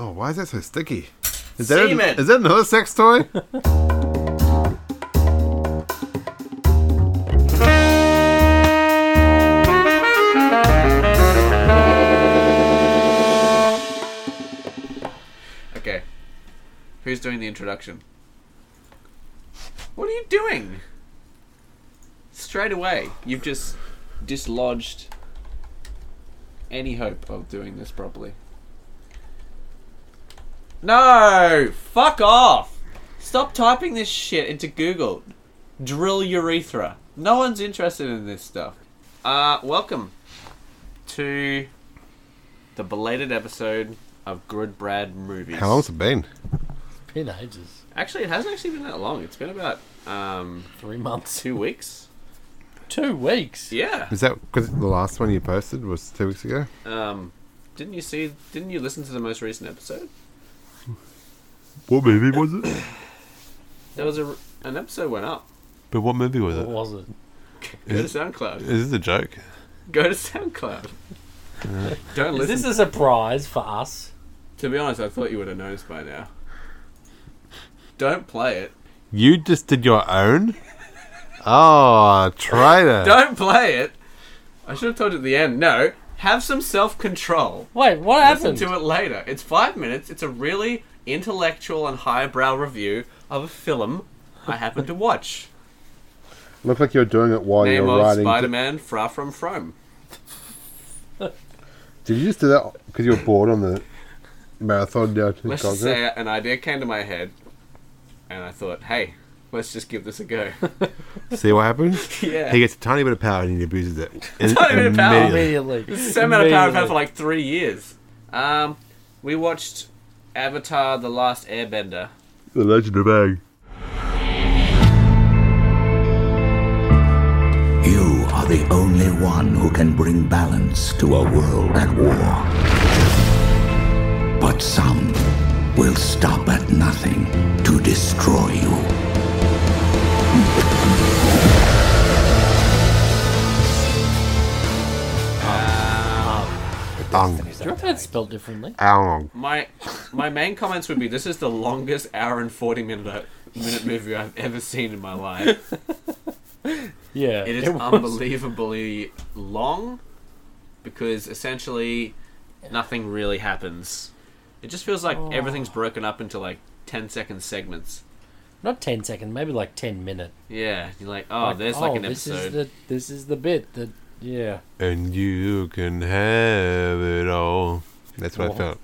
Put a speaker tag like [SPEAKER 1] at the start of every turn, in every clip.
[SPEAKER 1] Oh, Why is that so sticky? Is that, an-
[SPEAKER 2] Semen.
[SPEAKER 1] is that another sex toy?
[SPEAKER 2] Okay. Who's doing the introduction? What are you doing? Straight away, you've just dislodged any hope of doing this properly. No! Fuck off! Stop typing this shit into Google. Drill urethra. No one's interested in this stuff. Uh, welcome to the belated episode of Good Brad Movies.
[SPEAKER 1] How long's it been?
[SPEAKER 3] Been ages.
[SPEAKER 2] Actually, it hasn't actually been that long. It's been about um,
[SPEAKER 3] Three months.
[SPEAKER 2] two weeks.
[SPEAKER 3] Two weeks.
[SPEAKER 2] Yeah.
[SPEAKER 1] Is that because the last one you posted was two weeks ago?
[SPEAKER 2] Um, didn't you see? Didn't you listen to the most recent episode?
[SPEAKER 1] What movie was it?
[SPEAKER 2] There was a an episode went up.
[SPEAKER 1] But what movie was
[SPEAKER 3] What was it?
[SPEAKER 2] Go to SoundCloud.
[SPEAKER 1] Is this a joke?
[SPEAKER 2] Go to SoundCloud. Don't
[SPEAKER 3] Uh-huh. Is
[SPEAKER 2] listen.
[SPEAKER 3] this a surprise for us?
[SPEAKER 2] to be honest, I thought you would have noticed by now. Don't play it.
[SPEAKER 1] You just did your own? Oh, traitor.
[SPEAKER 2] Don't play it. I should have told you at the end. No. Have some self control.
[SPEAKER 3] Wait, what
[SPEAKER 2] Listen
[SPEAKER 3] happened?
[SPEAKER 2] to it later. It's five minutes. It's a really intellectual and highbrow review of a film I happened to watch.
[SPEAKER 1] Looks like you're doing it while
[SPEAKER 2] Name
[SPEAKER 1] you're
[SPEAKER 2] of
[SPEAKER 1] writing.
[SPEAKER 2] Spider Man Far From From.
[SPEAKER 1] Did you just do that because you were bored on the marathon down to
[SPEAKER 2] Let's just say an idea came to my head, and I thought, hey, let's just give this a go.
[SPEAKER 1] See what happens?
[SPEAKER 2] yeah.
[SPEAKER 1] He gets a tiny bit of power and he abuses it.
[SPEAKER 2] Tiny bit of power.
[SPEAKER 1] Immediately.
[SPEAKER 3] Immediately.
[SPEAKER 2] Same amount of power I've had
[SPEAKER 3] Immediately.
[SPEAKER 2] for like three years. Um, we watched Avatar The Last Airbender.
[SPEAKER 1] The Legend of Aang.
[SPEAKER 4] You are the only one who can bring balance to a world at war. But some will stop at nothing to destroy you.
[SPEAKER 1] Aang.
[SPEAKER 3] Do you reckon it's spelled differently?
[SPEAKER 1] Aang.
[SPEAKER 2] My my main comments would be this is the longest hour and 40 minute, minute movie I've ever seen in my life.
[SPEAKER 3] Yeah.
[SPEAKER 2] It is
[SPEAKER 3] was.
[SPEAKER 2] unbelievably long because essentially nothing really happens. It just feels like
[SPEAKER 3] Oh.
[SPEAKER 2] everything's broken up into like 10 second segments.
[SPEAKER 3] Not 10 second, maybe like 10 minute.
[SPEAKER 2] Yeah, you're like, oh, there's like an
[SPEAKER 3] this
[SPEAKER 2] episode.
[SPEAKER 3] Is the, this is the bit that, yeah.
[SPEAKER 1] And you can have it all. That's what I
[SPEAKER 3] What?
[SPEAKER 1] felt.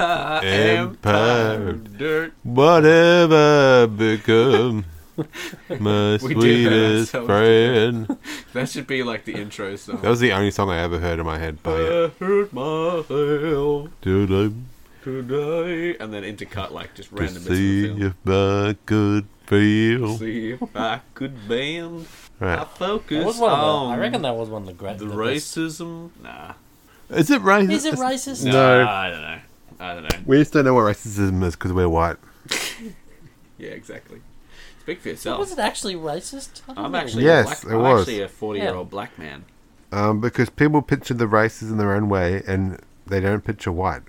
[SPEAKER 2] Ah, I am
[SPEAKER 1] Empire.
[SPEAKER 2] dirt.
[SPEAKER 1] Whatever become my
[SPEAKER 2] We do that
[SPEAKER 1] sweetest
[SPEAKER 2] ourselves.
[SPEAKER 1] friend.
[SPEAKER 2] That should be like the intro
[SPEAKER 1] That
[SPEAKER 2] song.
[SPEAKER 1] was the only song I ever heard in my head. By it.
[SPEAKER 2] I hurt myself
[SPEAKER 1] Did
[SPEAKER 2] today. And then intercut like just
[SPEAKER 1] I
[SPEAKER 2] random bits of the
[SPEAKER 1] see
[SPEAKER 2] film.
[SPEAKER 1] if I could feel?
[SPEAKER 2] See Uh, if I could bend. I
[SPEAKER 1] Right.
[SPEAKER 3] That
[SPEAKER 2] focus
[SPEAKER 3] was one of the,
[SPEAKER 2] on
[SPEAKER 3] I reckon that was one of the great.
[SPEAKER 2] um, the
[SPEAKER 3] best-
[SPEAKER 2] racism. Nah.
[SPEAKER 1] Is it racist?
[SPEAKER 3] Is it racist?
[SPEAKER 1] No.
[SPEAKER 2] Nah, I don't know. I don't know.
[SPEAKER 1] We just don't know what racism is because we're white.
[SPEAKER 2] Yeah, exactly. Speak for
[SPEAKER 3] Was
[SPEAKER 2] yourself.
[SPEAKER 3] it actually racist? I don't
[SPEAKER 2] I'm
[SPEAKER 3] know.
[SPEAKER 2] actually
[SPEAKER 1] Yes,
[SPEAKER 2] a black,
[SPEAKER 1] it
[SPEAKER 2] I'm
[SPEAKER 1] was.
[SPEAKER 2] actually a 40 year old black man.
[SPEAKER 1] Um, because people picture the races in their own way, and they don't picture white.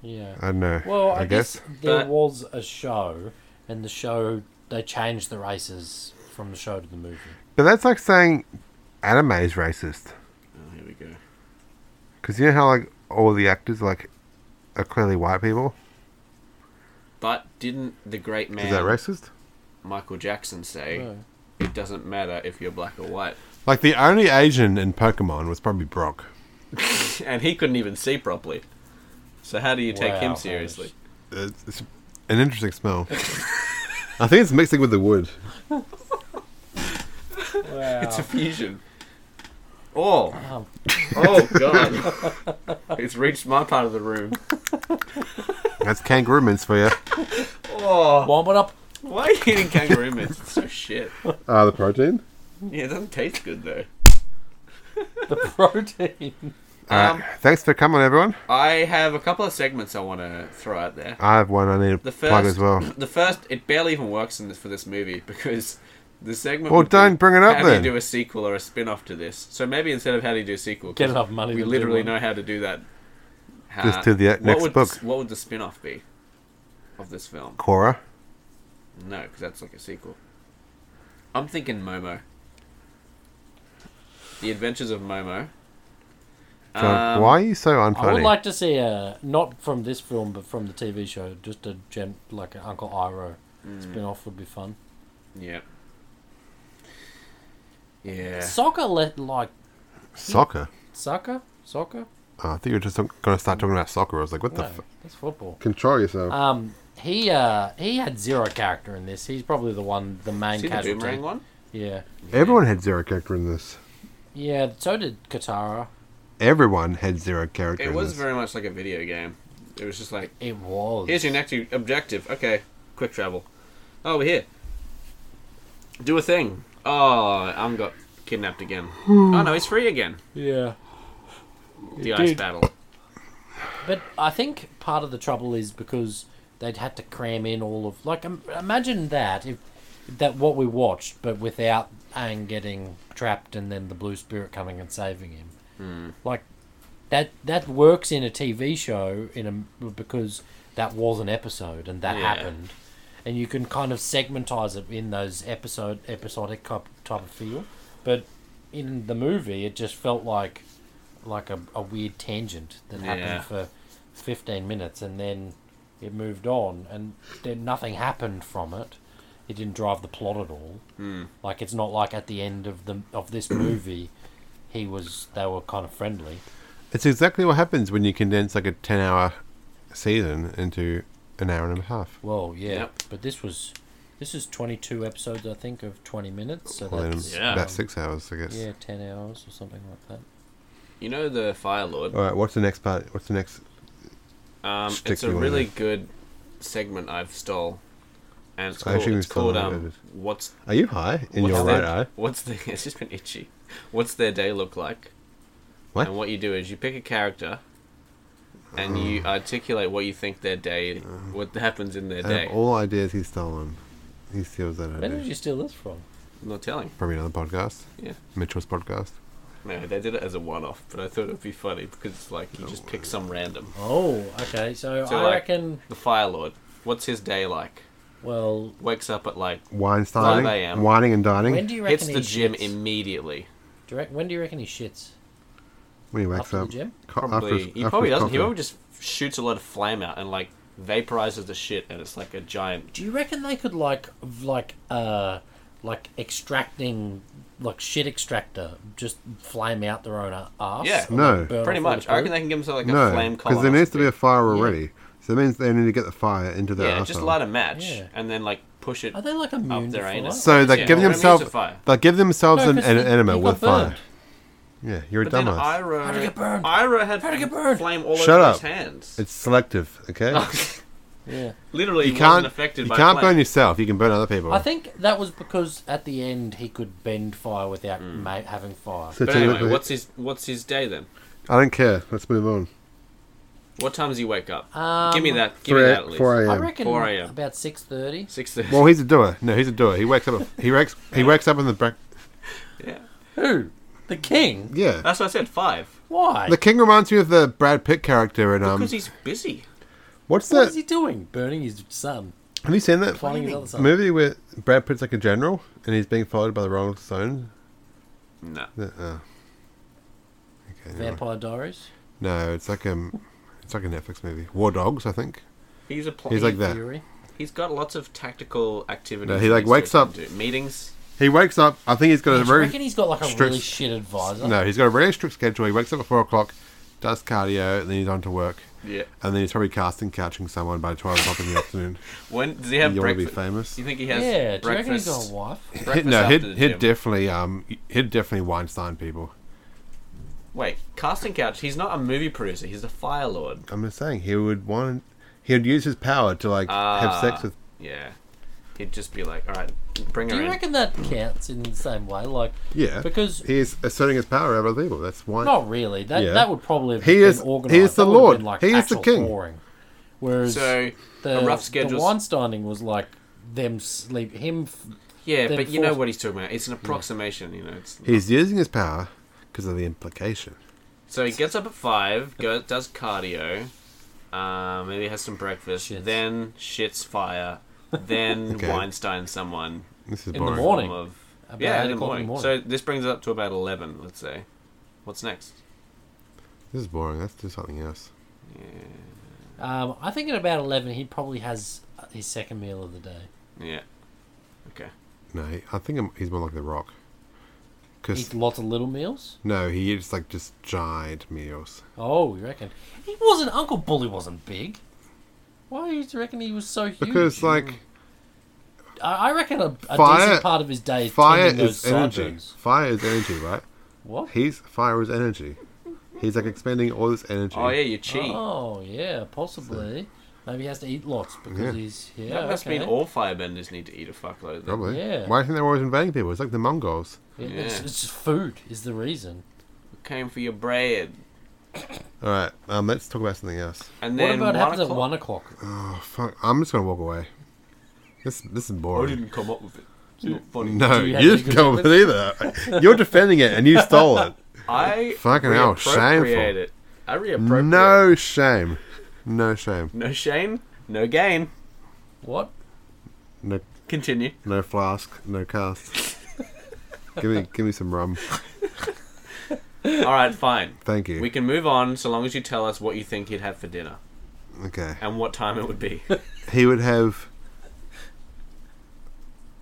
[SPEAKER 3] Yeah.
[SPEAKER 1] I don't know.
[SPEAKER 3] Well, I,
[SPEAKER 1] I,
[SPEAKER 3] guess, there
[SPEAKER 2] But-
[SPEAKER 3] was a show, and the show they changed the races from the show to the movie.
[SPEAKER 1] but that's like saying anime is racist
[SPEAKER 2] Oh, here we go.
[SPEAKER 1] because you know how like all the actors like are clearly white people.
[SPEAKER 2] But didn't the great man
[SPEAKER 1] Is that racist?
[SPEAKER 2] Michael Jackson say
[SPEAKER 3] No.
[SPEAKER 2] it doesn't matter if you're black or white?
[SPEAKER 1] Like the only Asian in Pokemon was probably Brock.
[SPEAKER 2] And he couldn't even see properly. So how do you take
[SPEAKER 3] Wow,
[SPEAKER 2] him
[SPEAKER 3] that
[SPEAKER 2] seriously?
[SPEAKER 3] is-
[SPEAKER 1] It's, it's an interesting smell. I think it's mixing with the wood.
[SPEAKER 2] It's a fusion. Oh, oh god! it's reached my part of the room.
[SPEAKER 1] That's kangaroo mints for you.
[SPEAKER 2] Oh,
[SPEAKER 3] Warm it up.
[SPEAKER 2] why are you eating kangaroo mints? It's so shit.
[SPEAKER 1] Ah, the protein.
[SPEAKER 2] Yeah, it doesn't taste good though.
[SPEAKER 3] The protein.
[SPEAKER 1] All
[SPEAKER 2] Um,
[SPEAKER 1] right. Thanks for coming, everyone.
[SPEAKER 2] I have a couple of segments I want to throw out there.
[SPEAKER 1] I have one I need to
[SPEAKER 2] The first,
[SPEAKER 1] plug as well.
[SPEAKER 2] The first, it barely even works in this for this movie because the segment.
[SPEAKER 1] Well,
[SPEAKER 2] would be,
[SPEAKER 1] don't bring it up
[SPEAKER 2] How
[SPEAKER 1] then.
[SPEAKER 2] do you do a sequel or a spin-off to this? So maybe instead of how do you do a sequel,
[SPEAKER 3] Get enough money
[SPEAKER 2] We
[SPEAKER 3] to do
[SPEAKER 2] literally
[SPEAKER 3] one.
[SPEAKER 2] know how to do that. How,
[SPEAKER 1] Just to the
[SPEAKER 2] what
[SPEAKER 1] next
[SPEAKER 2] would,
[SPEAKER 1] book.
[SPEAKER 2] What would the spin off be of this film?
[SPEAKER 1] Cora.
[SPEAKER 2] No, because that's like a sequel. I'm thinking Momo. The Adventures of Momo.
[SPEAKER 1] John,
[SPEAKER 2] Um,
[SPEAKER 1] why are you so unfunny?
[SPEAKER 3] I would like to see a not from this film, but from the TV show, just a gen like an Uncle Iroh spin-off would be fun.
[SPEAKER 2] Yeah. Yeah.
[SPEAKER 3] Soccer, let like
[SPEAKER 1] soccer.
[SPEAKER 3] soccer, soccer.
[SPEAKER 1] Oh, I think you were just going to start talking about soccer. I was like, what the?
[SPEAKER 3] No,
[SPEAKER 1] F-?
[SPEAKER 3] that's football.
[SPEAKER 1] Control yourself.
[SPEAKER 3] Um, he uh he had zero character in this. He's probably the one, the main
[SPEAKER 2] See the
[SPEAKER 3] casualty.
[SPEAKER 2] boomerang one?
[SPEAKER 3] Yeah,
[SPEAKER 1] Everyone had zero character in this.
[SPEAKER 3] yeah. So did Katara.
[SPEAKER 1] Everyone had zero character.
[SPEAKER 2] It
[SPEAKER 1] in
[SPEAKER 2] was
[SPEAKER 1] this.
[SPEAKER 2] very much like a video game. It was just like,
[SPEAKER 3] It was.
[SPEAKER 2] here's your next objective. Okay, quick travel. Oh, we're here. Do a thing. Oh, I'm got kidnapped again. oh no, he's free again.
[SPEAKER 3] Yeah.
[SPEAKER 2] The ice
[SPEAKER 3] Dude.
[SPEAKER 2] battle.
[SPEAKER 3] But I think part of the trouble is because they'd had to cram in all of like im- imagine that if that what we watched, but without Aang getting trapped and then the blue spirit coming and saving him. Like that that works in a TV show in a because that was an episode and that
[SPEAKER 2] Yeah.
[SPEAKER 3] happened. And you can kind of segmentize it in those episode episodic type, type of feel, but in the movie it just felt like like a, a weird tangent that
[SPEAKER 2] Yeah.
[SPEAKER 3] happened for 15 minutes and then it moved on and then nothing happened from it it didn't drive the plot at all
[SPEAKER 2] Hmm.
[SPEAKER 3] mm. like it's not like at the end of the of this movie he was they were kind of friendly
[SPEAKER 1] It's exactly what happens when you condense like a ten-hour season into an hour and a half.
[SPEAKER 3] well yeah
[SPEAKER 2] Yep.
[SPEAKER 3] but this was this is 22 episodes i think of 20 minutes so
[SPEAKER 1] Well, then
[SPEAKER 3] that's
[SPEAKER 2] Yeah.
[SPEAKER 1] About six hours, I guess.
[SPEAKER 3] yeah 10 hours or something like that
[SPEAKER 2] You know the Fire Lord.
[SPEAKER 1] All right. What's the next part? What's the next?
[SPEAKER 2] Um,
[SPEAKER 1] Stick
[SPEAKER 2] it's a
[SPEAKER 1] you in
[SPEAKER 2] really
[SPEAKER 1] there.
[SPEAKER 2] good segment I've stole, and it's
[SPEAKER 1] I
[SPEAKER 2] called,
[SPEAKER 1] assume
[SPEAKER 2] it's
[SPEAKER 1] you stole
[SPEAKER 2] called
[SPEAKER 1] it,
[SPEAKER 2] um,
[SPEAKER 1] it is.
[SPEAKER 2] what's
[SPEAKER 1] Are you high in
[SPEAKER 2] what's
[SPEAKER 1] your
[SPEAKER 2] their,
[SPEAKER 1] right eye?
[SPEAKER 2] What's the? It's just been itchy. What's their day look like?
[SPEAKER 1] What?
[SPEAKER 2] And what you do is you pick a character, and
[SPEAKER 1] Oh.
[SPEAKER 2] you articulate what you think their day, what happens in their
[SPEAKER 1] Out
[SPEAKER 2] day.
[SPEAKER 1] of all ideas he's stolen, he steals that
[SPEAKER 3] where did
[SPEAKER 1] idea.
[SPEAKER 3] you steal this from
[SPEAKER 2] I'm not telling.
[SPEAKER 1] Probably another podcast.
[SPEAKER 2] Yeah.
[SPEAKER 1] Mitchell's podcast.
[SPEAKER 2] No, they did it as a one-off, but I thought it'd be funny because it's like you just pick some random.
[SPEAKER 3] oh okay so,
[SPEAKER 2] So,
[SPEAKER 3] i
[SPEAKER 2] like-
[SPEAKER 3] reckon
[SPEAKER 2] The Fire Lord. What's his day like?
[SPEAKER 3] well
[SPEAKER 2] Wakes up at like
[SPEAKER 1] Weinstein.
[SPEAKER 2] 5 a.m..
[SPEAKER 1] Whining and dining.
[SPEAKER 3] when do you reckon
[SPEAKER 2] hits the
[SPEAKER 3] he
[SPEAKER 2] gym
[SPEAKER 3] shits?
[SPEAKER 2] immediately.
[SPEAKER 3] Do you reck- when do you reckon he shits
[SPEAKER 1] when he wakes
[SPEAKER 3] after the
[SPEAKER 1] up.
[SPEAKER 3] gym?
[SPEAKER 1] Co- after
[SPEAKER 2] Probably
[SPEAKER 1] his-
[SPEAKER 2] he
[SPEAKER 1] after
[SPEAKER 2] probably
[SPEAKER 1] his
[SPEAKER 2] doesn't. He
[SPEAKER 1] coffee.
[SPEAKER 2] probably just shoots a lot of flame out and like vaporizes the shit, and it's like a giant.
[SPEAKER 3] Do you reckon they could like v- like uh like extracting like shit extractor just flame out their own a- arse?
[SPEAKER 2] Yeah.
[SPEAKER 3] Or,
[SPEAKER 1] No.
[SPEAKER 3] like, burn
[SPEAKER 2] Pretty
[SPEAKER 3] off all
[SPEAKER 2] much,
[SPEAKER 3] the
[SPEAKER 2] I reckon
[SPEAKER 3] poo?
[SPEAKER 2] they can give himself like a
[SPEAKER 1] no,
[SPEAKER 2] flame
[SPEAKER 1] because
[SPEAKER 2] collar.
[SPEAKER 1] there needs to be a fire
[SPEAKER 3] Yeah.
[SPEAKER 1] already. So that means they need to get the fire into their
[SPEAKER 2] yeah,
[SPEAKER 1] arsehole.
[SPEAKER 2] just light a match
[SPEAKER 3] Yeah.
[SPEAKER 2] and then like push it.
[SPEAKER 3] Are they like immune
[SPEAKER 2] their
[SPEAKER 3] to fire?
[SPEAKER 2] anus.
[SPEAKER 1] So they
[SPEAKER 2] Yeah,
[SPEAKER 1] give
[SPEAKER 2] well, it means
[SPEAKER 1] themselves
[SPEAKER 2] a fire.
[SPEAKER 1] they give themselves
[SPEAKER 3] No,
[SPEAKER 1] an,
[SPEAKER 3] 'cause
[SPEAKER 1] an
[SPEAKER 3] he-
[SPEAKER 1] enema
[SPEAKER 3] he
[SPEAKER 1] with
[SPEAKER 3] got
[SPEAKER 1] fire.
[SPEAKER 3] burned.
[SPEAKER 1] Yeah, you're a
[SPEAKER 2] but then
[SPEAKER 1] dumbass.
[SPEAKER 2] Ira,
[SPEAKER 3] How'd it get burned?
[SPEAKER 2] Ira had
[SPEAKER 3] How'd it get burned?
[SPEAKER 2] flame all
[SPEAKER 1] Shut
[SPEAKER 2] over
[SPEAKER 1] up.
[SPEAKER 2] his hands.
[SPEAKER 1] It's selective, okay?
[SPEAKER 3] Yeah.
[SPEAKER 2] Literally,
[SPEAKER 1] you
[SPEAKER 2] he wasn't
[SPEAKER 1] can't
[SPEAKER 2] Oh, affected
[SPEAKER 1] you
[SPEAKER 2] by
[SPEAKER 1] can't
[SPEAKER 2] flame.
[SPEAKER 1] burn yourself. You can burn other people.
[SPEAKER 3] I think that was because at the end he could bend fire without
[SPEAKER 2] Hmm.
[SPEAKER 3] ma- having fire.
[SPEAKER 1] So
[SPEAKER 2] But
[SPEAKER 1] to look
[SPEAKER 2] anyway,
[SPEAKER 1] at-
[SPEAKER 2] what's his what's his day then?
[SPEAKER 1] I don't care. Let's move on.
[SPEAKER 2] What time does he wake up?
[SPEAKER 3] Um,
[SPEAKER 2] give me that. Give me
[SPEAKER 1] Three,
[SPEAKER 2] that at least.
[SPEAKER 1] four
[SPEAKER 3] I
[SPEAKER 1] a.m.
[SPEAKER 3] reckon
[SPEAKER 2] 4 a.m..
[SPEAKER 3] about six thirty.
[SPEAKER 2] Six thirty.
[SPEAKER 1] Well, he's a doer. No, he's a doer. He wakes up. He wakes. He wakes up in the break.
[SPEAKER 2] yeah.
[SPEAKER 3] Who? The king?
[SPEAKER 1] Yeah.
[SPEAKER 2] That's what I said. Five.
[SPEAKER 3] Why?
[SPEAKER 1] The king reminds me of the Brad Pitt character in um.
[SPEAKER 2] Because he's busy.
[SPEAKER 1] What's
[SPEAKER 3] what
[SPEAKER 1] that?
[SPEAKER 3] is he doing? Burning his son.
[SPEAKER 1] Have you seen that
[SPEAKER 3] Finding his other son.
[SPEAKER 1] movie where Brad Pitt's like a general and he's being followed by the Rolling Stones?
[SPEAKER 2] No.
[SPEAKER 1] The- uh, okay, never mind.
[SPEAKER 3] Vampire Diaries.
[SPEAKER 1] No, it's like um, it's like a Netflix movie. War Dogs, I think.
[SPEAKER 2] He's a. Pl-
[SPEAKER 1] He's like that.
[SPEAKER 3] Fury.
[SPEAKER 2] He's got lots of tactical activities.
[SPEAKER 1] No, he, like,
[SPEAKER 2] needs to
[SPEAKER 1] wakes up-
[SPEAKER 2] do. Meetings.
[SPEAKER 1] He wakes up. I think he's got a
[SPEAKER 3] Do you
[SPEAKER 1] very
[SPEAKER 3] reckon he's got like a
[SPEAKER 1] strict-
[SPEAKER 3] really shit advisor?
[SPEAKER 1] no. He's got a very strict schedule. He wakes up at four o'clock, does cardio, and then he's on to work.
[SPEAKER 2] Yeah.
[SPEAKER 1] And then he's probably casting couching someone by twelve o'clock in the afternoon.
[SPEAKER 2] When does he have
[SPEAKER 1] You want to be
[SPEAKER 2] breakfast?
[SPEAKER 1] famous?
[SPEAKER 2] Do you think he has
[SPEAKER 3] yeah, do you reckon he's
[SPEAKER 2] breakfast?
[SPEAKER 3] got a wife?
[SPEAKER 2] breakfast
[SPEAKER 1] no,
[SPEAKER 2] after
[SPEAKER 1] he'd,
[SPEAKER 2] the
[SPEAKER 1] he'd
[SPEAKER 2] gym?
[SPEAKER 1] definitely um, he'd definitely Weinstein people.
[SPEAKER 2] Wait, casting couch. He's not a movie producer. He's a fire lord.
[SPEAKER 1] I'm just saying he would want. He would use his power to like have sex
[SPEAKER 2] Ah,
[SPEAKER 1] with.
[SPEAKER 2] Yeah, he'd just be like, "All right, bring her
[SPEAKER 3] Do you
[SPEAKER 2] in."
[SPEAKER 3] reckon that counts in the same way? Like,
[SPEAKER 1] Yeah,
[SPEAKER 3] because
[SPEAKER 1] he's asserting his power over other people. That's why.
[SPEAKER 3] not really. That
[SPEAKER 1] Yeah.
[SPEAKER 3] that would probably have
[SPEAKER 1] He
[SPEAKER 3] been
[SPEAKER 1] is- he
[SPEAKER 3] organized.
[SPEAKER 1] is the
[SPEAKER 3] That would have
[SPEAKER 1] Lord.
[SPEAKER 3] been, like,
[SPEAKER 1] He is the
[SPEAKER 3] actual
[SPEAKER 1] king.
[SPEAKER 3] Boring. Whereas
[SPEAKER 2] So
[SPEAKER 3] the
[SPEAKER 2] a rough schedule.
[SPEAKER 3] The Weinsteining was like them sleep him. f-
[SPEAKER 2] yeah,
[SPEAKER 3] then
[SPEAKER 2] but you know
[SPEAKER 3] fourth-
[SPEAKER 2] what he's talking about. It's an approximation. You know, it's
[SPEAKER 1] He's using his power because of the implication.
[SPEAKER 2] So he gets up at five, go, does cardio, uh, maybe has some breakfast,
[SPEAKER 3] Shits.
[SPEAKER 2] then shits fire, then
[SPEAKER 1] Okay.
[SPEAKER 2] Weinstein someone.
[SPEAKER 1] This is
[SPEAKER 3] In the
[SPEAKER 1] boring.
[SPEAKER 3] morning.
[SPEAKER 2] form Of,
[SPEAKER 3] About
[SPEAKER 2] yeah, in
[SPEAKER 3] eight
[SPEAKER 2] the
[SPEAKER 3] o'clock
[SPEAKER 2] morning. So this brings us up to about eleven, let's say. What's next?
[SPEAKER 1] This is boring. Let's do something else.
[SPEAKER 3] um, I think at about eleven, he probably has his second meal of the day.
[SPEAKER 2] Yeah. Okay.
[SPEAKER 1] No, he- I think I'm- he's more like The Rock.
[SPEAKER 3] Eat
[SPEAKER 1] Because
[SPEAKER 3] lots of little meals.
[SPEAKER 1] no, he eats like just giant meals.
[SPEAKER 3] Oh, you reckon? He wasn't. Uncle Bully wasn't big. Why do you reckon he was so huge?
[SPEAKER 1] Because like
[SPEAKER 3] I, I reckon a, a
[SPEAKER 1] Fire-
[SPEAKER 3] decent part of his day is
[SPEAKER 1] fire
[SPEAKER 3] tending those
[SPEAKER 1] is energy.
[SPEAKER 3] sideburns.
[SPEAKER 1] Fire is energy, right?
[SPEAKER 3] What?
[SPEAKER 1] He's fire is energy. He's like expending all this energy.
[SPEAKER 2] Oh yeah, your chi.
[SPEAKER 3] Oh yeah, possibly. Maybe he has to eat lots because
[SPEAKER 1] Yeah.
[SPEAKER 3] he's yeah.
[SPEAKER 2] that must
[SPEAKER 3] okay.
[SPEAKER 2] mean all firebenders need to eat a fuckload. Then.
[SPEAKER 1] Probably.
[SPEAKER 3] Yeah.
[SPEAKER 1] Why do you think they're always invading people? It's like the Mongols.
[SPEAKER 3] Yeah, It's,
[SPEAKER 2] Yeah.
[SPEAKER 3] it's just food is the reason.
[SPEAKER 2] Came for your bread,
[SPEAKER 1] All right, um, let's talk about something else.
[SPEAKER 2] and
[SPEAKER 3] What
[SPEAKER 2] then
[SPEAKER 3] about
[SPEAKER 2] one
[SPEAKER 3] happens at
[SPEAKER 2] o'clock.
[SPEAKER 3] one o'clock?
[SPEAKER 1] Oh fuck! I'm just gonna walk away. This this is
[SPEAKER 2] I
[SPEAKER 1] boring.
[SPEAKER 2] didn't come up with it. It's not funny.
[SPEAKER 1] No,
[SPEAKER 3] Do you
[SPEAKER 1] you,
[SPEAKER 3] have any
[SPEAKER 1] didn't come up with either. You're defending it and you stole it.
[SPEAKER 2] I
[SPEAKER 1] Fucking hell, shameful.
[SPEAKER 2] reappropriate it. I reappropriate.
[SPEAKER 1] No shame. No shame.
[SPEAKER 2] no shame, no gain.
[SPEAKER 3] What?
[SPEAKER 1] No
[SPEAKER 2] Continue.
[SPEAKER 1] no flask. No cast. give me give me some rum.
[SPEAKER 2] All right, fine.
[SPEAKER 1] Thank you.
[SPEAKER 2] We can move on so long as you tell us what you think he'd have for dinner
[SPEAKER 1] Okay.
[SPEAKER 2] and what time it would be.
[SPEAKER 1] He would have.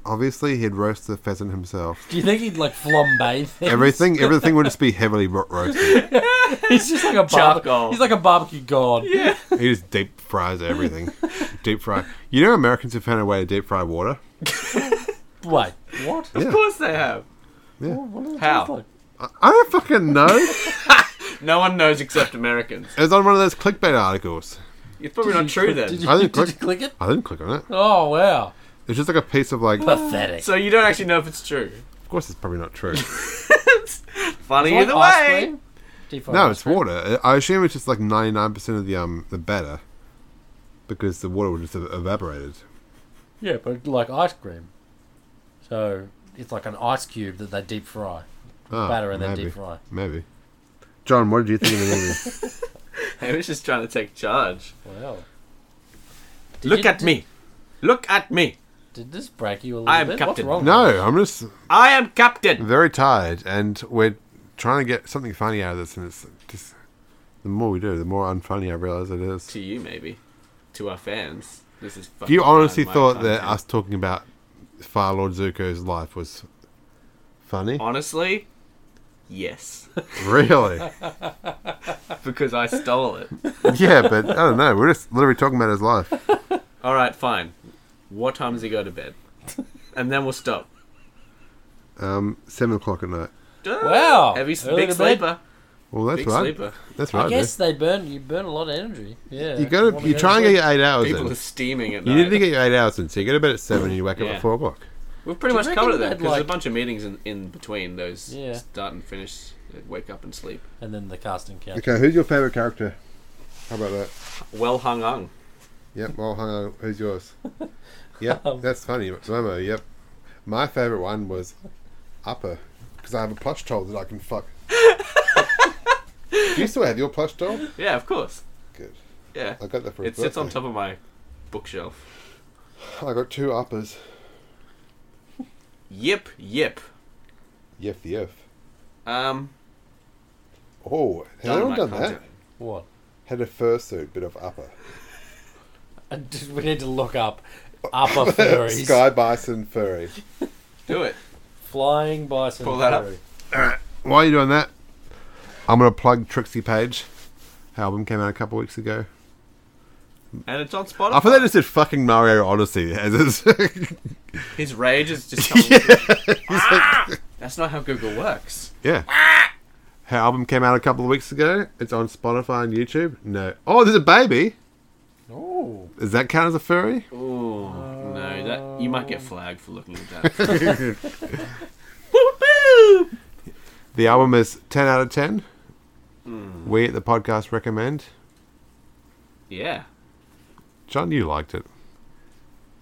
[SPEAKER 1] Obviously, he'd roast the pheasant himself.
[SPEAKER 3] Do you think he'd like flambe things?
[SPEAKER 1] Everything, everything would just be heavily ro- roasted.
[SPEAKER 3] He's just like a
[SPEAKER 2] Charcoal.
[SPEAKER 3] barbe- He's like a barbecue god. Yeah.
[SPEAKER 1] He just deep fries everything. Deep fry. You know, Americans have found a way to deep fry water.
[SPEAKER 3] Wait. What?
[SPEAKER 2] of course they have.
[SPEAKER 3] What does it
[SPEAKER 2] How?
[SPEAKER 3] taste like?
[SPEAKER 1] I don't fucking know.
[SPEAKER 2] No one knows except Americans.
[SPEAKER 1] It was on one of those clickbait articles.
[SPEAKER 2] It's probably not true then.
[SPEAKER 3] Did you,
[SPEAKER 1] I
[SPEAKER 3] did
[SPEAKER 1] didn't
[SPEAKER 3] you
[SPEAKER 1] click-
[SPEAKER 3] click it?
[SPEAKER 1] I didn't click on it.
[SPEAKER 3] Oh wow.
[SPEAKER 1] It's just like a piece of like. Of
[SPEAKER 3] Pathetic.
[SPEAKER 2] So you don't actually know if it's true.
[SPEAKER 1] course, it's probably not true.
[SPEAKER 2] Funny
[SPEAKER 3] Like
[SPEAKER 2] either
[SPEAKER 3] ice
[SPEAKER 2] way.
[SPEAKER 3] cream? Deep fried
[SPEAKER 1] No,
[SPEAKER 3] ice
[SPEAKER 1] it's
[SPEAKER 3] cream.
[SPEAKER 1] water. I I assume it's just like ninety nine percent of the um the batter, because the water would just have evaporated.
[SPEAKER 3] Yeah, but like ice cream. So it's like an ice cube that they deep fry.
[SPEAKER 1] Ah,
[SPEAKER 3] Batter and then
[SPEAKER 1] maybe,
[SPEAKER 3] deep fry.
[SPEAKER 1] Maybe. John, what did you think of the movie?
[SPEAKER 2] I was just trying to take charge.
[SPEAKER 3] Wow.
[SPEAKER 2] Look
[SPEAKER 3] you-
[SPEAKER 2] at me. Look at me.
[SPEAKER 3] Did this break you a little
[SPEAKER 2] I am
[SPEAKER 3] bit?
[SPEAKER 2] captain.
[SPEAKER 3] What's wrong?
[SPEAKER 1] no, I'm just
[SPEAKER 2] I am captain.
[SPEAKER 1] very tired, and we're trying to get something funny out of this, and it's just the more we do, the more unfunny I realize it is.
[SPEAKER 2] To you, maybe. To our fans. This is fucking
[SPEAKER 1] Do you honestly
[SPEAKER 2] dynamite
[SPEAKER 1] thought that
[SPEAKER 2] content.
[SPEAKER 1] us talking about Fire Lord Zuko's life was funny?
[SPEAKER 2] Honestly? Yes.
[SPEAKER 1] Really?
[SPEAKER 2] because I stole it.
[SPEAKER 1] yeah, but I don't know. We're just literally talking about his life.
[SPEAKER 2] All right, fine. What time does he go to bed? And then we'll stop.
[SPEAKER 1] Um, seven o'clock at night.
[SPEAKER 3] Wow.
[SPEAKER 2] Heavy s-
[SPEAKER 3] Early
[SPEAKER 2] big
[SPEAKER 3] to bed.
[SPEAKER 2] sleeper.
[SPEAKER 1] Well, that's
[SPEAKER 2] Big
[SPEAKER 1] right.
[SPEAKER 2] sleeper.
[SPEAKER 1] That's right.
[SPEAKER 3] I guess they burn. You burn a lot of energy. Yeah.
[SPEAKER 1] you got
[SPEAKER 3] Wanna
[SPEAKER 1] to. You
[SPEAKER 3] go
[SPEAKER 1] try and get
[SPEAKER 3] sleep?
[SPEAKER 1] your eight hours
[SPEAKER 2] People are
[SPEAKER 1] in.
[SPEAKER 2] steaming at
[SPEAKER 1] You
[SPEAKER 2] night.
[SPEAKER 1] need to get your eight hours in. So you go to bed at seven and you wake up
[SPEAKER 2] Yeah.
[SPEAKER 1] at four o'clock.
[SPEAKER 2] We've pretty
[SPEAKER 3] Do you
[SPEAKER 2] much covered it
[SPEAKER 3] reckon
[SPEAKER 2] then, because
[SPEAKER 3] they'd,
[SPEAKER 2] there's a
[SPEAKER 3] like-
[SPEAKER 2] bunch of meetings in, in between those
[SPEAKER 3] Yeah.
[SPEAKER 2] start and finish, uh, wake up and sleep.
[SPEAKER 3] And then the casting couch.
[SPEAKER 1] Okay, who's your favorite character? How about that?
[SPEAKER 2] Well hung hung.
[SPEAKER 1] Yep. Well, hang on. Who's yours? Yep. that's funny. Momo. Yep. My favorite one was Upper because I have a plush doll that I can fuck. Do you still have your plush doll?
[SPEAKER 2] Yeah, of course.
[SPEAKER 1] Good.
[SPEAKER 2] Yeah.
[SPEAKER 1] I got that for
[SPEAKER 2] It sits on top of my bookshelf.
[SPEAKER 1] I got two uppers.
[SPEAKER 2] Yip, yip.
[SPEAKER 1] Yep, the F.
[SPEAKER 2] Um,
[SPEAKER 1] Oh, has anyone
[SPEAKER 2] dynamite
[SPEAKER 1] done that?
[SPEAKER 2] content.
[SPEAKER 3] What?
[SPEAKER 1] Had a fursuit bit of upper.
[SPEAKER 3] And just- we need to look up upper furries.
[SPEAKER 1] Sky bison furry.
[SPEAKER 2] Do it.
[SPEAKER 3] Flying bison.
[SPEAKER 2] Pull that up.
[SPEAKER 3] furry.
[SPEAKER 1] While you're doing that, I'm gonna plug Trixie Page. Her album came out a couple weeks ago.
[SPEAKER 2] And it's on Spotify.
[SPEAKER 1] I thought they just did fucking Mario Odyssey. as it's-
[SPEAKER 2] His rage is just coming. Ah! That's not how Google works.
[SPEAKER 1] yeah. Her album came out a couple of weeks ago. It's on Spotify and YouTube. No. Oh, there's a baby.
[SPEAKER 3] Ooh.
[SPEAKER 1] Does that count as a furry?
[SPEAKER 2] Ooh, no, that you might get flagged for looking at that.
[SPEAKER 1] the
[SPEAKER 2] Boop, boop.
[SPEAKER 1] album is 10 out of 10. We at the podcast recommend.
[SPEAKER 2] Yeah,
[SPEAKER 1] John, you liked it.